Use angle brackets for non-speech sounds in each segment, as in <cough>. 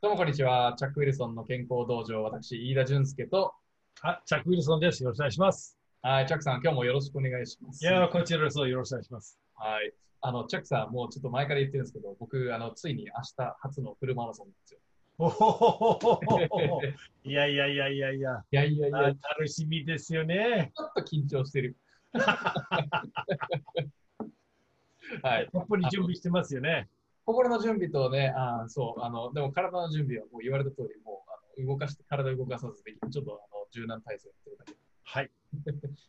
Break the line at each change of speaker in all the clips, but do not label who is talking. どうもこんにちは。チャック・ウィルソンの健康道場、私、飯田淳介と、
あ、チャック・ウィルソンです。よろしくお願いします。
はい、チャックさん、今日もよろしくお願いします。
いやー、こちらこそよろしくお願いします。
はい。あの、チャックさん、もうちょっと前から言ってるんですけど、僕、あの、ついに明日初のフルマラソンなんですよ。
おほほほほほほいやいやいやいやいや、
いやいやい
あ
や、ち
楽しみですよね。
ょっと緊張
<laughs>
してる。はい。
やっぱり準備してますよね。
心の準備とね、あーそう、あの、でも体の準備はもう言われた通り、もう、あの動かして、体を動かさずで、ちょっと、あの、柔軟体操やってるだけ
はい。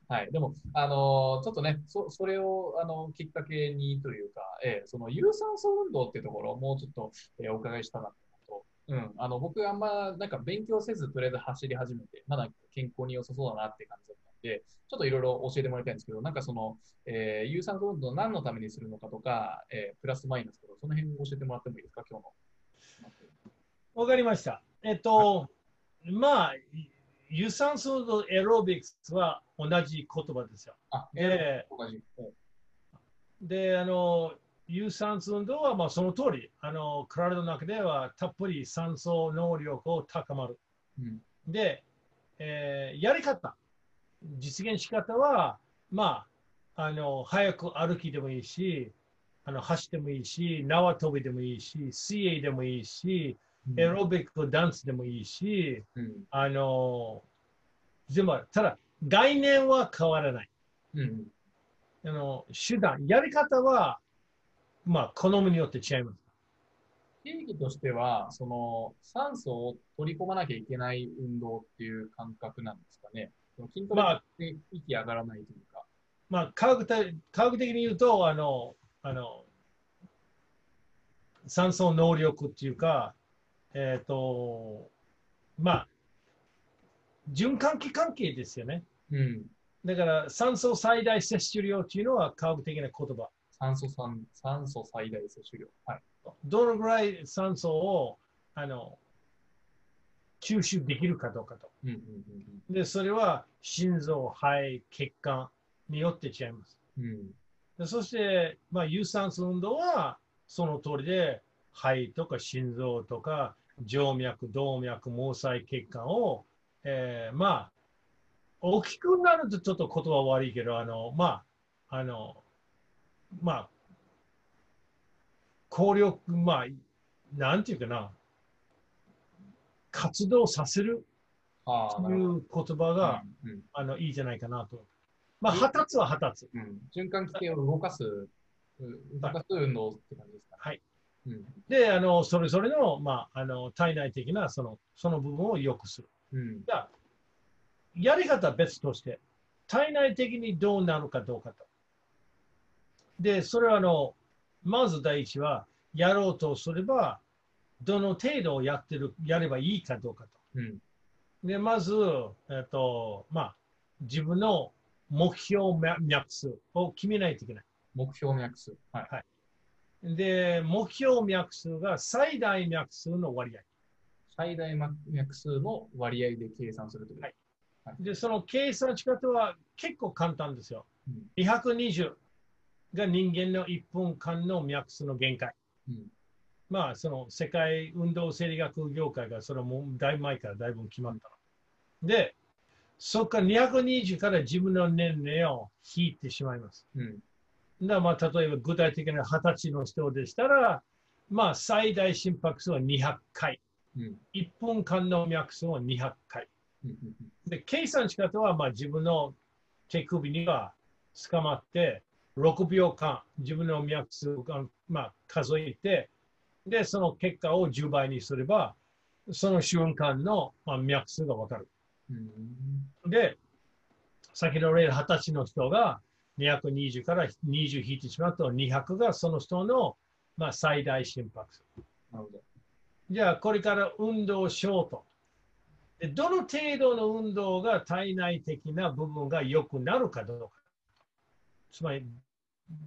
はい、でも、あのーちょっとね、そそれを、あのきっかけにというか、えーその有酸素運動っていうところをもうちょっと、えーお伺いしたなと思うと、うん、あの僕、あんまなんか勉強せず、とりあえず走り始めて、まだ健康に良さそうだなって感じだったんで、ちょっといろいろ教えてもらいたいんですけど、なんかその、えー有酸素運動を何のためにするのかとか、えープラスマイナスとか、その辺教えてもらってもいいですか、今日の。
わかりました。えっと、まあ、有酸素とエロビクスは同じ言葉ですよ。
あ、え
え
ー、おかしい。うん
ーで、あの、有酸素運動はまあその通り、あの、体の中ではたっぷり酸素能力を高まる。
うん
で、えーやり方、実現し方は、まあ、あの、早く歩きでもいいし、あの、走ってもいいし、縄跳びでもいいし、水泳でもいいし、エロビックダンスでもいいし、
うん
あの、全部ある。ただ、概念は変わらない。
うん
あの、手段、やり方は、まあ、好みによって違います。
定義としては、その酸素を取り込まなきゃいけない運動っていう感覚なんですかね。その筋トレ
まあ
って息上がらないというか。
まあ、科学的科学的に言うとあのあの酸素能力っていうか、えっとまあ、循環器関係ですよね。
うん。
だから酸素最大摂取量っていうのは科学的な言葉。
酸素酸、酸素最大摂取量。はい。
どのぐらい酸素をあの吸収できるかどうかと。
うんうん
で、それは心臓、肺、血管によって違います。
うんうん。
でそして、まあ、有酸素運動はその通りで、肺とか心臓とか、静脈、動脈、毛細血管を、えーまあ、大きくなるとちょっと言葉悪いけど、あの、まあ、あの、まあ、効力、まあ、なんていうかな、活動させる
ああ、
と
ないるほど。
う言葉が、
うんうん
あの、いいじゃないかなと。まあ、発達は発達。
うん、循環器系を動かす、う動かす運動って感じですか。
はい。
うん。
で、あの、それぞれの、まあ、あの、体内的な、その、その部分を良くする。
うん。
じゃあやり方は別として、体内的にどうなるかどうかと。で、それは、あの、まず第一は、やろうとすれば、どの程度をやってる、やればいいかどうか
うん。
と。で、まず、えっと、まあ、自分の目標脈数を決めないといけない。
目標脈数。はい。
で、目標脈数が最大脈数の割合。
最大脈数の割合で計算するという。
はいで、その計算の仕方は結構簡単ですよ。
うん
220が人間の1分間の脈数の限界。
うん。
まあ、その世界運動生理学業界がそれはもうだいぶ前からだいぶ決まったの。で、そこから220から自分の年齢を引いてしまいます。
うん。
だからまあ、例えば具体的な20歳の人でしたら、まあ、最大心拍数は200回。
うん。
1分間の脈数は200回。
うん。うん
で、計算の仕方は、まあ、自分の手首には捕まって、6秒間、自分の脈数を、まあ、数えて、で、その結果を10倍にすれば、その瞬間の、まあ、脈数がわかる。
うん。うん
で、先ほどの例の20歳の人が220から20引いてしまうと、200がその人の、まあ、最大心拍数。
なるほど。
じゃあ、これから運動をしようと。でどの程度の運動が体内的な部分が良くなるかどうか。つまり、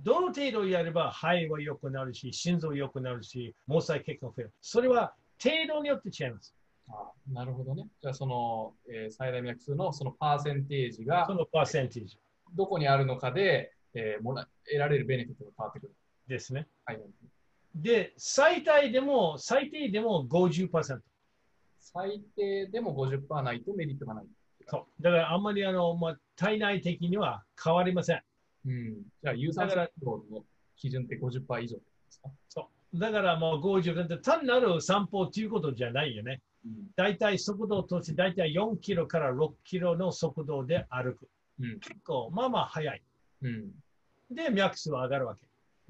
どの程度やれば肺は良くなるし、心臓良くなるし、毛細血管が増える。それは程度によって違います。
あなるほどね。じゃあ、その、えー最大脈数のそのパーセンテージが
そのパーセンテージ
どこにあるのかで、えーもら得られるベネフィットが変わってくる。
ですね。
はい。
で、最大でも、最低でも50%。
最低でも50%ないとメリットがない。
そう。だからあんまりあの、まあ、体内的には変わりません。
うん。じゃあ、有酸素運動の基準って50%以上ですか
そう。だからもう50%って単なる散歩ということじゃないよね。
うん。
大体速度として大体4キロから6キロの速度で歩く。
うん。
結構、まあまあ速い。
うん。
で、脈数は上がるわけ。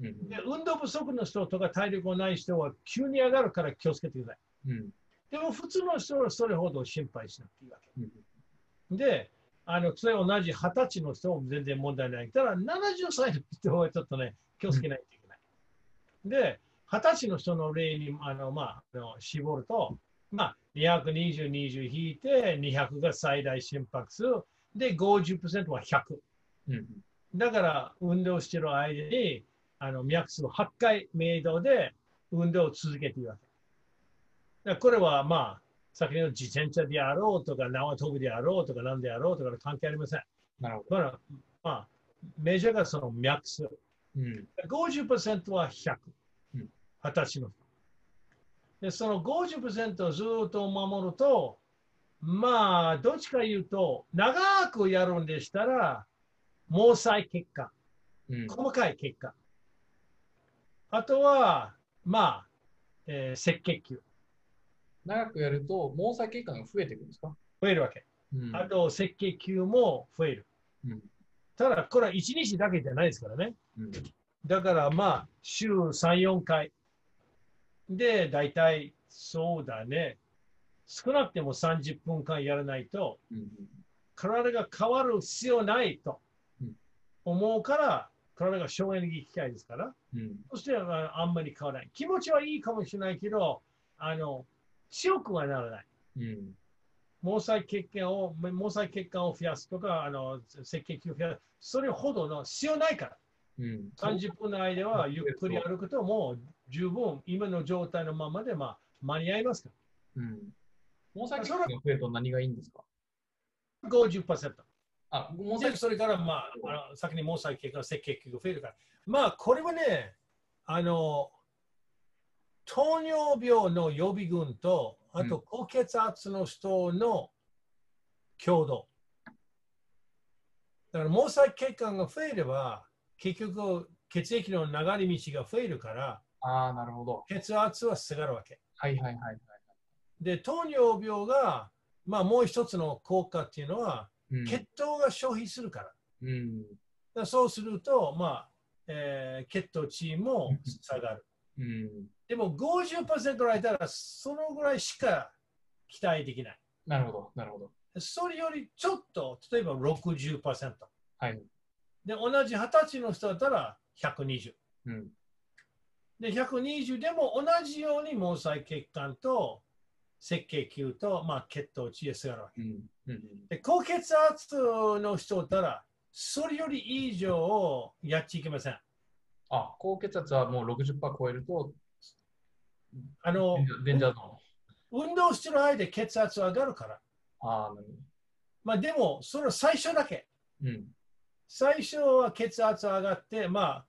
うん。
で、運動不足の人とか体力のない人は急に上がるから気をつけてください。
うん。
でも普通の人はそれほど心配しなくていいわけ。
うん。
で、あの、それ同じ20歳の人も全然問題ない。ただ、70歳の人はちょっとね、気をつけないといけない。で、20歳の人の例に、あの、まあ、あの絞ると、まあ、220、20引いて、200が最大心拍数、で、50%は100。
うん。
だから、運動してる間に、あの、脈数を8回、明動で運動を続けているわけ。だからこれは、まあ、先ほどの自転車であろうとか、縄跳びであろうとか、何であろうとか関係ありません。
なるほど。
だから、まあ、メジャーがその脈数。
うん。
50%は100
うん。
20歳の人。で、その50%をずっと守ると、まあ、どっちか言うと、長くやるんでしたら、毛細血管。
うん。
細かい血管。あとは、まあ、えー赤血球。
長くやると、毛細血管が増えていくんですか
増えるわけ。
うん
あと、赤血球も増える。
うん
ただ、これは1日だけじゃないですからね。
うん。
だから、まあ、週3、4回。で、大体、そうだね。少なくても30分間やらないと、
うん。
体が変わる必要ないと
うん
思うから、体が省エネルギー機械ですから、
うん。
そしてああんまり変わらない。気持ちはいいかもしれないけど、あの強くはならない。
うん。
毛細血管を毛細血管を増やすとか、あの赤血球を増やす、それほどの必要ないから。
うん。
30分の間はゆっくり歩くと、もう十分今の状態のままで、まあ、間に合いますか。
うん。毛細血管が増えると何がいいんですから
50%。
あ、毛細
で、それから、まあ、あの先に毛細血管、赤血球が増えるから。まあ、これはね、あの、糖尿病の予備軍と、あ
う
と高血圧の人の共同。だから、毛細血管が増えれば、結局、血液の流れ道が増えるから、
ああ、なるほど。
血圧は下がるわけ。
はいはいはいはい。
で、糖尿病が、まあ、もう一つの効果っていうのは、
うん。
血糖が消費するから。
うん。
だからそうすると、まあえー血糖値も下がる。
うん。
でも50%ぐらいだったらそのぐらいしか期待できない。
なるほど、なるほど。
それよりちょっと、例えば60%。
はい。
で、同じ20歳の人だったら120。
うん。
で、120でも同じように毛細血管と赤血球と、まあ、血糖値が下がるわけ。
うん。うん。
で、高血圧の人だったら、それより以上をやっちゃいけません。
あ、高血圧はもう60%超えると、
あの
デンジャーデンジャーゾーン。
運動してる間で血圧上がるから。
ああ、なるほ
まあでも、その最初だけ。
ど。うん。
最初は血圧上がって、まあ、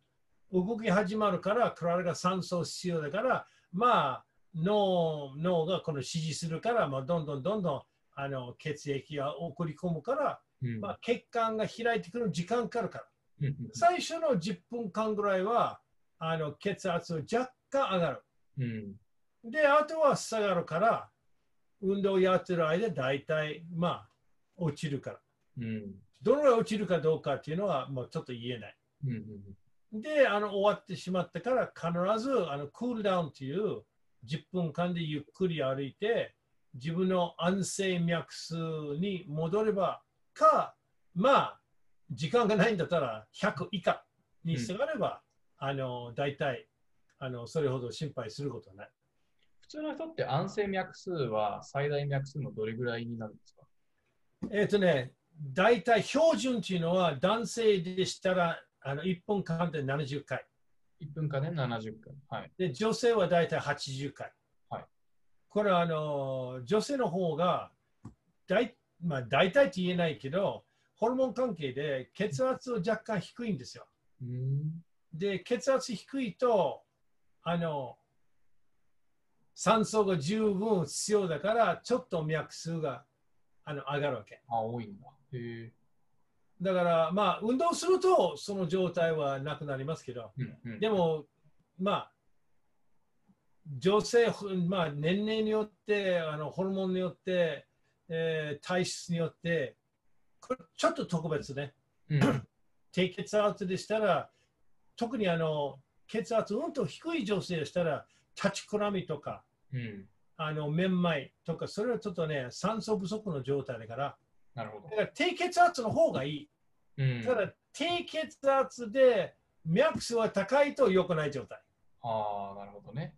動き始まるから、体が酸素必要だから、まあ、脳脳がこの指示するから、まあ、どんどんどんどんあの血液が送り込むから、
うん。
まあ、血管が開いてくる時間かかるから。
うん。
最初の10分間ぐらいは、あの血圧若干上がる。
うん。
で、あとは下がるから、運動やってる間、大体、まあ、落ちるから。
うん。
どのぐらい落ちるかどうかっていうのは、もうちょっと言えない。
うん。うん。
で、あの終わってしまったから、必ずあのクールダウンという10分間でゆっくり歩いて、自分の安静脈数に戻ればか、まあ、時間がないんだったら100以下に下がれば、あの大体あの、それほど心配することはない。
普通の人って安静脈数は最大脈数のどれぐらいになるんですか
えっ、とね、大体標準っていうのは男性でしたらあの1分間で70回。
?1 分間で70回。はい。
で、女性は大体80回。
はい
これはあの女性の方が大、まあ、大体って言えないけど、ホルモン関係で血圧を若干低いんですよ。
うん。
で、血圧低いと、あの、酸素が十分必要だから、ちょっと脈数があの上がるわけ。
あ、多いんだ。へえ。
だから、まあ、運動すると、その状態はなくなりますけど、
うんうん、
でも、まあ、女性、まあ、年齢によって、あのホルモンによって、えー体質によって、これちょっと特別ね。
うん、
低血圧でしたら、特にあの血圧うんと低い女性でしたら、立ちくらみとか、
うん。
あのめんまいとか、それはちょっとね、酸素不足の状態だから、
なるほ
だ
ど
か。ら低血圧の方がいい。
うん、
ただ、低血圧で脈数は高いと良くない状態。
ああ、なるほどね。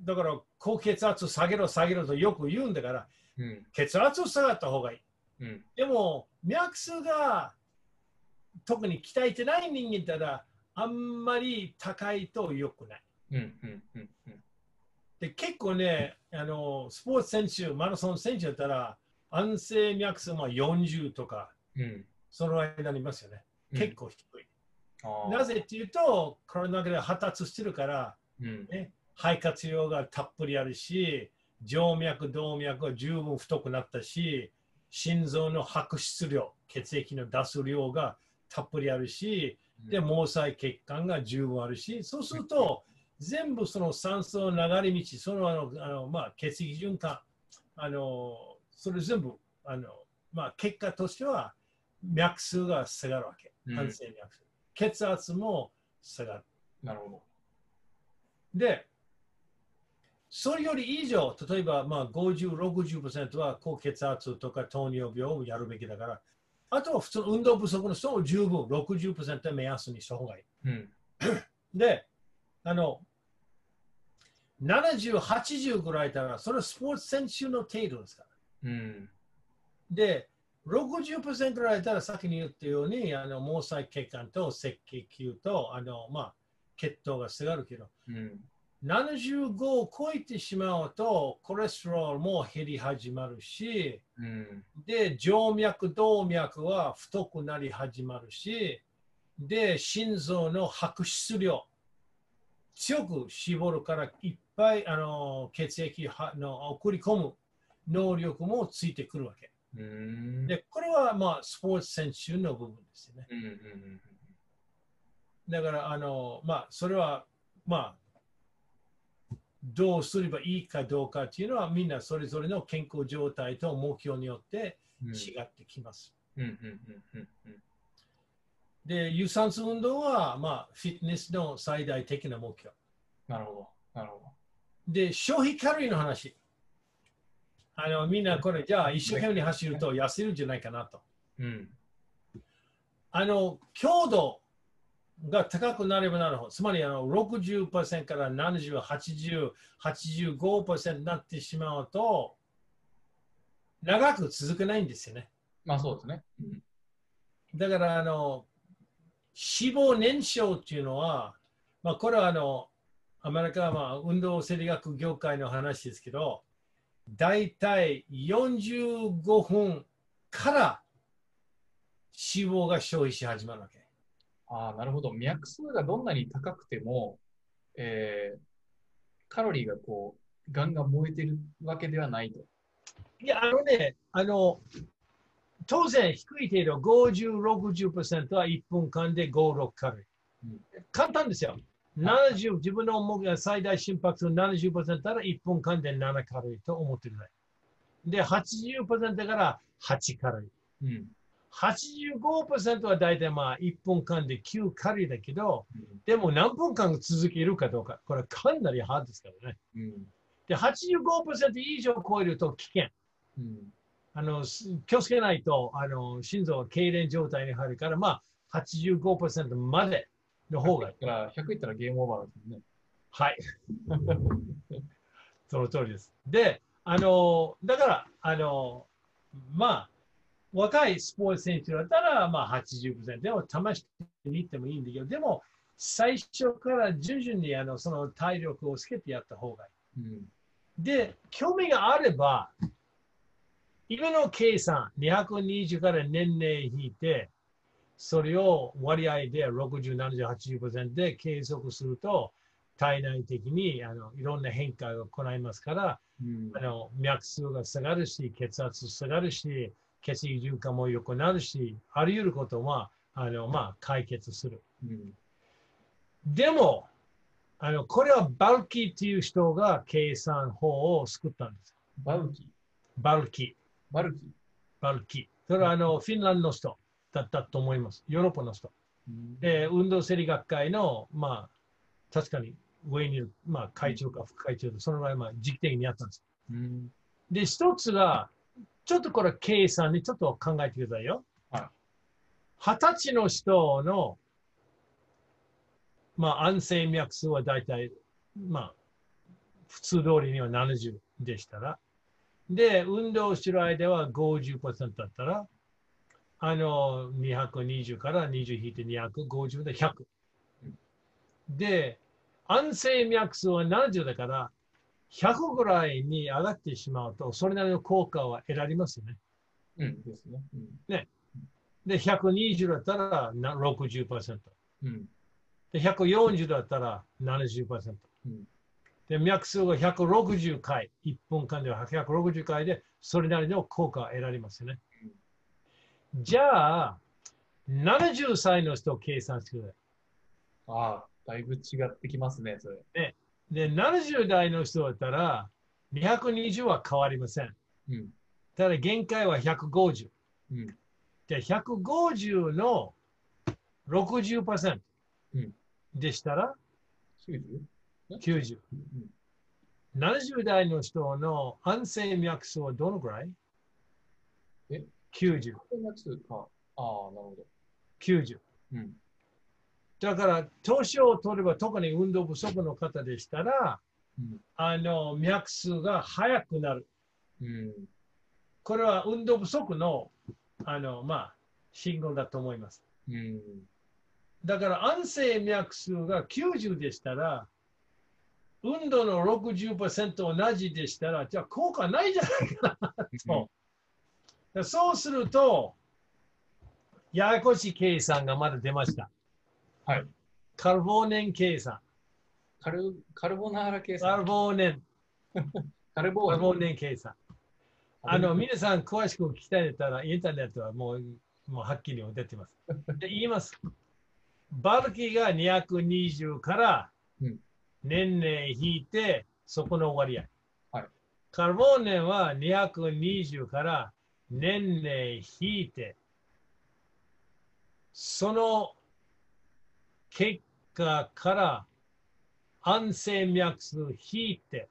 だから、高血圧下げろ下げろとよく言うんだから、
うん、
血圧を下がった方がいい。
うん、
でも、脈数が特に鍛えてない人間たら、あんまり高いと良くない。
うん、うん、うん、うん。
で結構ねあの、スポーツ選手、マラソン選手だったら、安静脈数は40とか、
うん
その間になりますよね。
うん、
結構低い。
構
なぜっていうと、体の中で発達してるから、
うん、
肺活量がたっぷりあるし、静脈、動脈が十分太くなったし、心臓の白質量、血液の出す量がたっぷりあるし、で毛細血管が十分あるし、そうすると、全部その酸素の流れ道、そのあのあの、まあ、血液循環、あのそれ全部あの、まあ、結果としては脈数が下がるわけ、
うん
安静脈数。血圧も下がる。
なるほど。
で、それより以上、例えばまあ50、60%は高血圧とか糖尿病をやるべきだから、あとは普通の運動不足の人も十分60%は目安にした方がいい。
うん、
で、あの、70、80ぐらいだから、それはスポーツ選手の程度ですから。
うん、
で、60%ぐらいだったら、さっきに言ったように、あの毛細血管と赤血球と、あの、まあ、血糖が下がるけど、
うん、
75を超えてしまうと、コレステロールも減り始まるし、
うん、
で、静脈、動脈は太くなり始まるし、で、心臓の白質量、強く絞るから、いっぱいあの血液はの送り込む能力もついてくるわけ。
うん、
で、これは、まあ、スポーツ選手の部分ですよね。
うん、うん、
だから、あの、まあ、それは、まあ、どうすればいいかどうかっていうのは、みんなそれぞれの健康状態と目標によって
うん、
違ってきます。
うん、うん、うん、うん、
で、有酸素運動は、まあ、フィットネスの最大的な目標。
なるほど、なるほ
で、消費カロリーの話。あの、みんなこれ、じゃあ一生懸命走ると痩せるんじゃないかなと。
ど。うん、
あの、強度が高くなればなるほど、つまりあの60%から70、80、85%になってしまうと、長く続けないんですよね。
まあそうですね。うん、
だから、あの、脂肪燃焼っていうのは、まあ、これはあの、アメリカはまあ運動生理学業界の話ですけど、だいたい45分から脂肪が消費し始まるわけ。
ああ、なるほど。脈数がどんなに高くても、えー、カロリーがこう、ガンガン燃えてるわけではないと。
いや、あのね、あの、当然低い程度、50、60%は1分間で5、6カロリー。
うん
簡単ですよ。70、自分の思う最大心拍数70%なら1分間で7カロリーと思ってください。で、80%だから8カロリー。
うん、
85%は大体まあ1分間で9カロリーだけど、でも何分間続けるかどうか、これかなりハードですからね。
うん、うん、
で、85%以上超えると危険。
うん。
あの、す気をつけないと、あの、心臓は痙攣状態に入るから、まあ、85%までの方がいい。
だから、100いったらゲームオーバーですよね。
はい。 <laughs> その通りです。で、あの、だから、あの、まあ、若いスポーツ選手だったら、まあ、80%でも、試してみてもいいんだけど、でも、最初から徐々に、あの、その体力をつけてやった方がいい。
うん、
で、興味があれば、今の計算、220から年齢引いて、それを割合で60、70、80%で計測すると、体内的にあのいろんな変化が行いますから、
うん
あの脈数が下がるし、血圧下がるし、血液循環も良くなるし、あらゆることはあの、まあ、解決する。
うん
でもあの、これはバルキーという人が計算法を作ったんです。
バルキ、
バルキー、
バルキ。
バルキー。それはあのフィンランドの人だったと思います。ヨーロッパの人。
うん
で、運動生理学会の、まあ、確かに上にいる、まあ、会長か副会長で、その前、まあ、時期的にやったんです。
うん
で、一つが、ちょっとこれ、K さんにちょっと考えてくださいよ。
はい
二十歳の人の、まあ、安静脈数は大体、まあ、普通通りには70でしたら、で、運動してる間は50%だったら、あの、220から20引いて250で100
うん。
で、安静脈数は70だから、100ぐらいに上がってしまうと、それなりの効果は得られますよね。
うんですね。うん
で、120だったらな60%。
うん
で、140だったら70%。
うん
で、脈数が160回、1分間では160回で、それなりの効果は得られますよね。じゃあ、70歳の人を計算してくださ
ああ、だいぶ違ってきますね、それ。
い。で、70代の人だったら、220は変わりません。
うん
ただ、限界は150。
うん
で、150の60%
うん
でしたら
90?
90。
うん
70代の人の安静脈数はどのぐらい
え
?90。
音楽数か。ああ、なるほど。
90。
うん
だから、年を取れば、特に運動不足の方でしたら、
うん
あの、脈数が速くなる。
うん
これは運動不足の、あの、まあ、信号だと思います。
うん
だから安静脈数が90でしたら、運動の60%同じでしたら、じゃあ効果ないじゃないか
そ
だからそうすると、ややこしい計算がまだ出ました。
はい。
カルボーネン計算。
うカルカルボナーラ計
カ
算。
ルボーネン、
カルボ
カルボー
ネ。
ネン計算。あの、皆さん詳しく聞きたいんだったら、インターネットはもう、もうはっきり出
<laughs>
てます。で、言います。バルキが220から
うん、
年々引いて、そこの割合。
はい
カルボーネンは220から年々引いて、その結果から安静脈数引いて、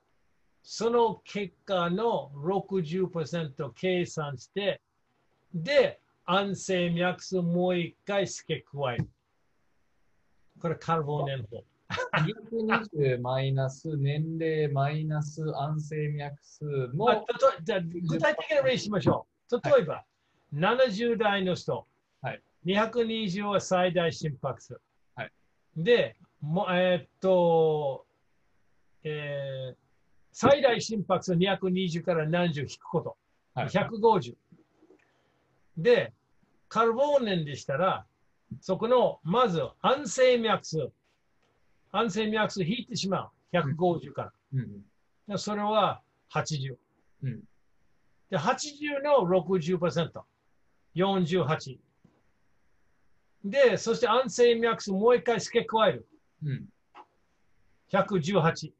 その結果の60%計算して、で、安静脈数もう一回付け加える。これカルボーネン法。
220マイナス年齢マイナス安静脈数
まあ、
の
たとじゃあ具体的な例しましょう。例えば、70代の人、
はい
220は最大心拍数。
はい
で、もえーっと、えー最大心拍数220から70引くこと。
はい
150。で、カルボーネンでしたら、そこの、まず安静脈数。安静脈数引いてしまう。150から。
うん
でそれは80。
うん
で、80の60%。48。で、そして安静脈数もう一回付け加える。
うん
118。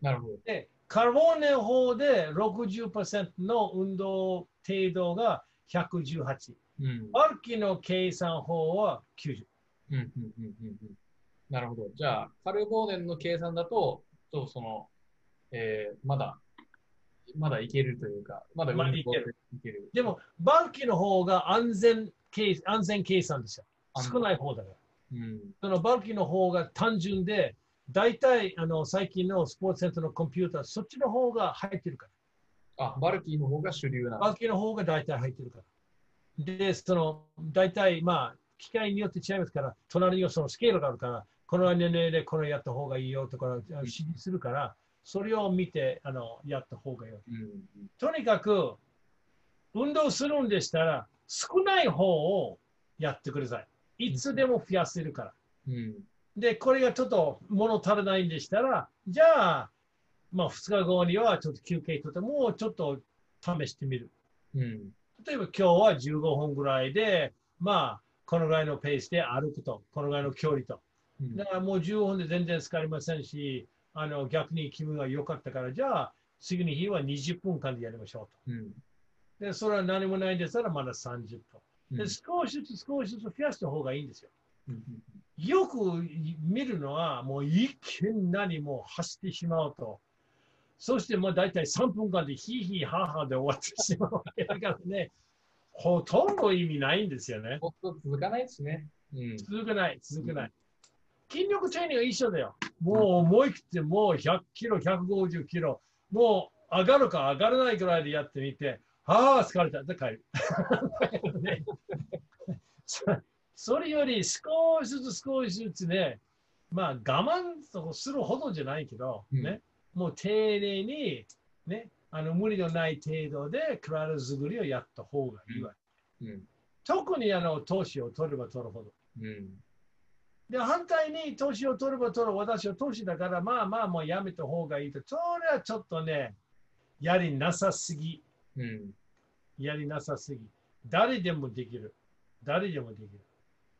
なるほど。
で、カルボーネ法で60%の運動程度が118。
うん
バルキの計算法は90。
うんうんうんうんうんなるほど。じゃあ、カルボーネンの計算だと、そうその、えー、まだ、まだいけるというか、まだ
まだ
運動
いける。
いける。
でも、バルキの方が安全計安全計算ですよ。少ない方だから。
うん。
そのバルキの方が単純で、大体あの最近のスポーツセンターのコンピューター、そっちの方が入ってるか
あ、バルキーの方が主流な
ら、
ん
バ
だ
ルキの方が大体入ってるから。で、その大体、まあ、機械によって違いますから、隣にはそのスケールがあるから、この年齢でこれやった方がいいよとかあの指示するから、それを見てあのやった方がいいよ。
うん。
とにかく、運動するんでしたら、少ない方をやってください。いつでも増やせるから。
うん。
で、これがちょっと物足らないんでしたら、じゃあ、まあ、2日後にはちょっと休憩とって、もうちょっと試してみる。
うん。
例えば今日は15本ぐらいで、まあ、このぐらいのペースで歩くと、このぐらいの距離と。
うん
だからもう15本で全然疲れませんし、あの逆に気分が良かったから、じゃあ、次の日は20分間でやりましょ
うん。
うと。で、それは何もないんでしたら、まだ30分。
う
で、
ん
少しずつ少しずつ増やした方がいいんですよ。
うん
よく見るのは、もう一見何もう走ってしまうと。そしてまあ大体3分間でヒーヒーハーハーで終わってしまうわけだからね、ほとんど意味ないんですよね。
ほっと続かないですね。うん。
続かない、続かない。筋力トレーニングは一緒だよ。もう思い切って、もう100キロ、150キロ、もう上がるか上がらないぐらいでやってみて、ああ、疲れた、で帰る。 <laughs> ねそそれより少しずつ少しずつね、まあ我慢とするほどじゃないけど、
うん
ね、もう丁寧に、ね、あの無理のない程度で体作りをやった方がいいわけ。
うん。
特にあの投資を取れば取るほど。
うん。
で、反対に、年を取れば取る、私は年だから、まあまあ、もうやめた方がいいと。それはちょっとね、やりなさすぎ。
うん。
やりなさすぎ。誰でもできる。誰でもできる。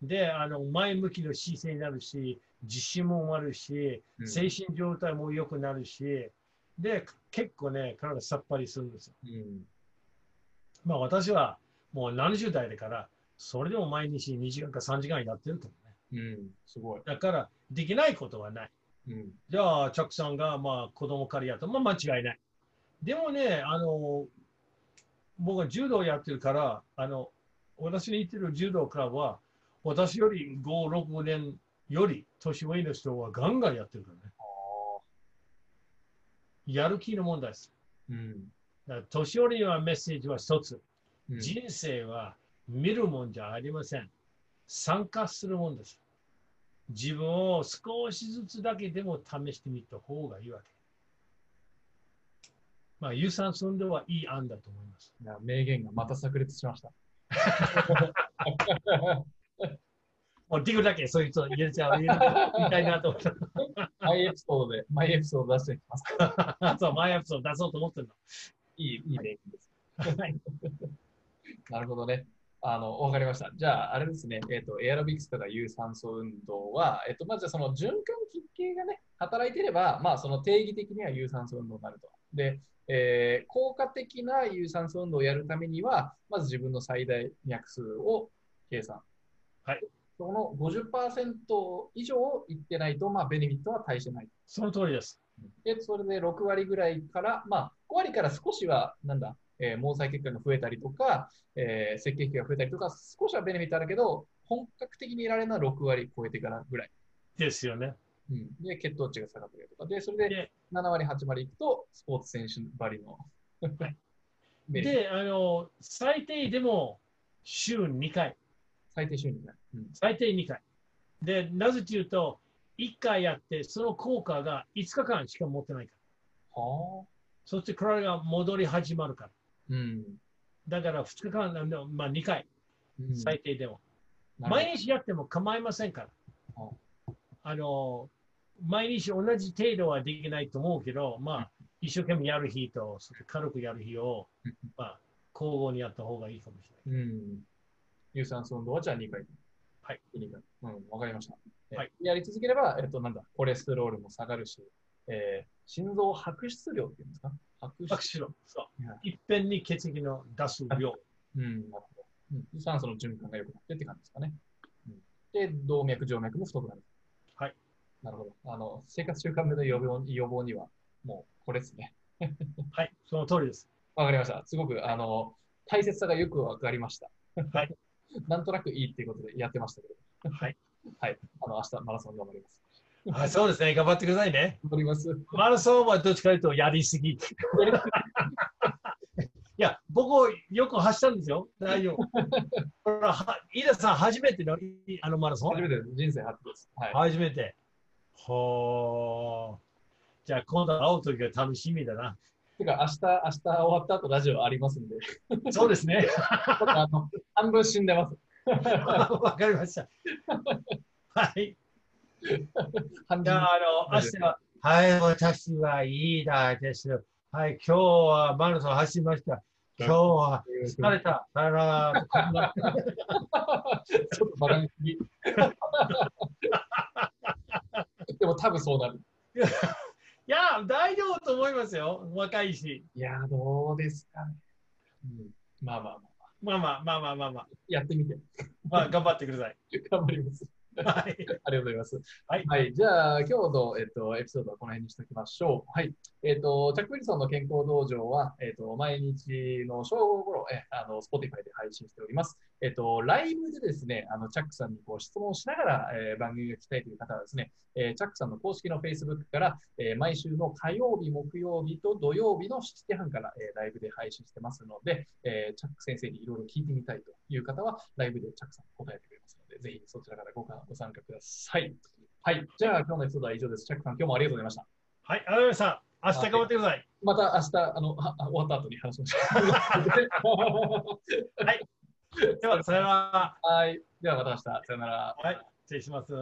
で、あの、前向きの姿勢になるし、自信も生まれるし、
うん
精神状態も良くなるし、で、結構ね、体さっぱりするんですよ。
うん。
まあ私はもう70代だから、それでも毎日2時間か3時間やってると思うね。
うん。すごい。
だから、できないことはない。
うん。
じゃあ、チャックさんが、まあ、子供からやった。まあ、間違いない。でもね、あの、僕は柔道やってるから、あの、私に行ってる柔道クラブは、私より5、6年より年上の人はガンガンやってるからね。
ああ。
やる気の問題です。
うん。
だから年寄りにはメッセージは一つ。
うん
人生は見るもんじゃありません。参加するもんです。自分を少しずつだけでも試してみた方がいいわけ。まあ、有酸素運動はいい案だと思います。
いや名言がまた炸裂しま
<laughs>
した。
もうできるだけそういう人入れちゃう、入れみたいなと思った。
マイエピソードで、マイエピソード出していきます。
あとはマイアップスを出そうと思ってる
いい、いい名言です。
の。はい。
なるほどね。あの、わかりました。じゃあ、あれですね、えっ、と、エアロビクスとか有酸素運動は、えっ、と、まずその循環器系がね、働いてれば、まあ、その定義的には有酸素運動になると。で、えー効果的な有酸素運動をやるためには、まず自分の最大脈数を計算。
はい。
その50%以上いってないと、まあ、ベネフィットは大してない。
その通りです。
で、それで6割ぐらいから、まあ、5割から少しは、なんだ、えー毛細血管が増えたりとか、えー赤血球が増えたりとか、少しはベネフィットあるけど、本格的にいられるのは6割超えてからぐらい。
ですよね。
うん、で、血糖値が下がったりとか。で、それで
で
7割、8割いくと、スポーツ選手ばりの。ベネフィット
で、あの、最低でも週2回。
最低収入になる。うん
最低2回。で、なぜというと、1回やって、その効果が5日間しか持ってないから。
はあ。
そして体が戻り始まるか
う
ら。
ん。
だから2日間、あのまあ、2回、
うん
最低でも。
なるほど
毎日やっても構いませんから
あ。
あの、毎日同じ程度はできないと思うけど、まあ、一生懸命やる日と、そして軽くやる日を
うん、
まあ、交互にやった方がいいかもしれない。
うん。有酸素運動はじゃあ2回。
はい。
2回。うん、わかりました。え
はい
やり続ければ、えっと、なんだ、コレステロールも下がるし、えー心臓白質量っていうんですか白質
拍手の、そう
は。
いっぺんに血液の出す量。
うん、なるほど。うん、酸素の循環が良くなってって感じですかね。うん、で、動脈、静脈も太くなる。
はい。
なるほど。あの、生活習慣病の予防予防には、もうこれですね。
はい、その通りです。
わかりました。すごく、あの、大切さがよくわかりました。
はい。
<laughs> なんとなくいいっていうことでやってましたけど、
はい。
<laughs> はい。あの、明日マラソン頑張ります。
あそうですね、頑張ってくださいね。
頑張ります。
マラソンはどっちかというとやりすぎ。い <laughs> や、僕、よく走ったんですよ、大丈夫。ほら、は飯田さん、初めてのいあのマラソ
初
ン
めてです。人生初です。はい。
初めて。ほー。じゃあ、今度会うときが楽しみだな。
てか、明日、 <laughs> 明日終わった後ラジオありますんで、
そうですね。
あの半分死んでます。
<laughs> わかりました。はい。
ハンデ
じゃ
ィ
あ、あの、明日は、はい、私はいいだです。はい、今日はマラソン走りました。今日は
<laughs>
疲れた。さよなら。
ちょっとバカにし <laughs> すぎ。でも多分そうなる。
いや、大丈夫と思いますよ。若いし。
いやー、どうですかね。うん、まあまあまあ、
まあまあまあまあまあまあ、
やってみて。
まあ、頑張ってください。
頑張ります。
はい。
<laughs> ありがとうございます。
はい
じゃあ、今日の、えっと、エピソードはこの辺にしておきましょう。はい。えっと、チャック・ウィルソンの健康道場は、えっと、毎日の正午頃、え、あの、Spotify で配信しております。えっと、ライブでですね、あの、チャックさんにこう質問しながら、えー番組が聞きたいという方はですね、えーチャックさんの公式の Facebook から、えー毎週の火曜日、木曜日と土曜日の7時半から、えーライブで配信してますので、えーチャック先生にいろいろ聞いてみたいという方は、ライブでチャックさん答えてくれますので、ぜひそちらからごかご参加ください。はい。じゃあ、今日のエピソードは以上です。チャックさん、今日もありがとうございました。
はい、ありました。明日頑張ってください。
また明日、あの、ああ終わった後に話しましょ <laughs> う。
では、さよなら。
はい。では、また明日。さよなら。
はい、失礼します。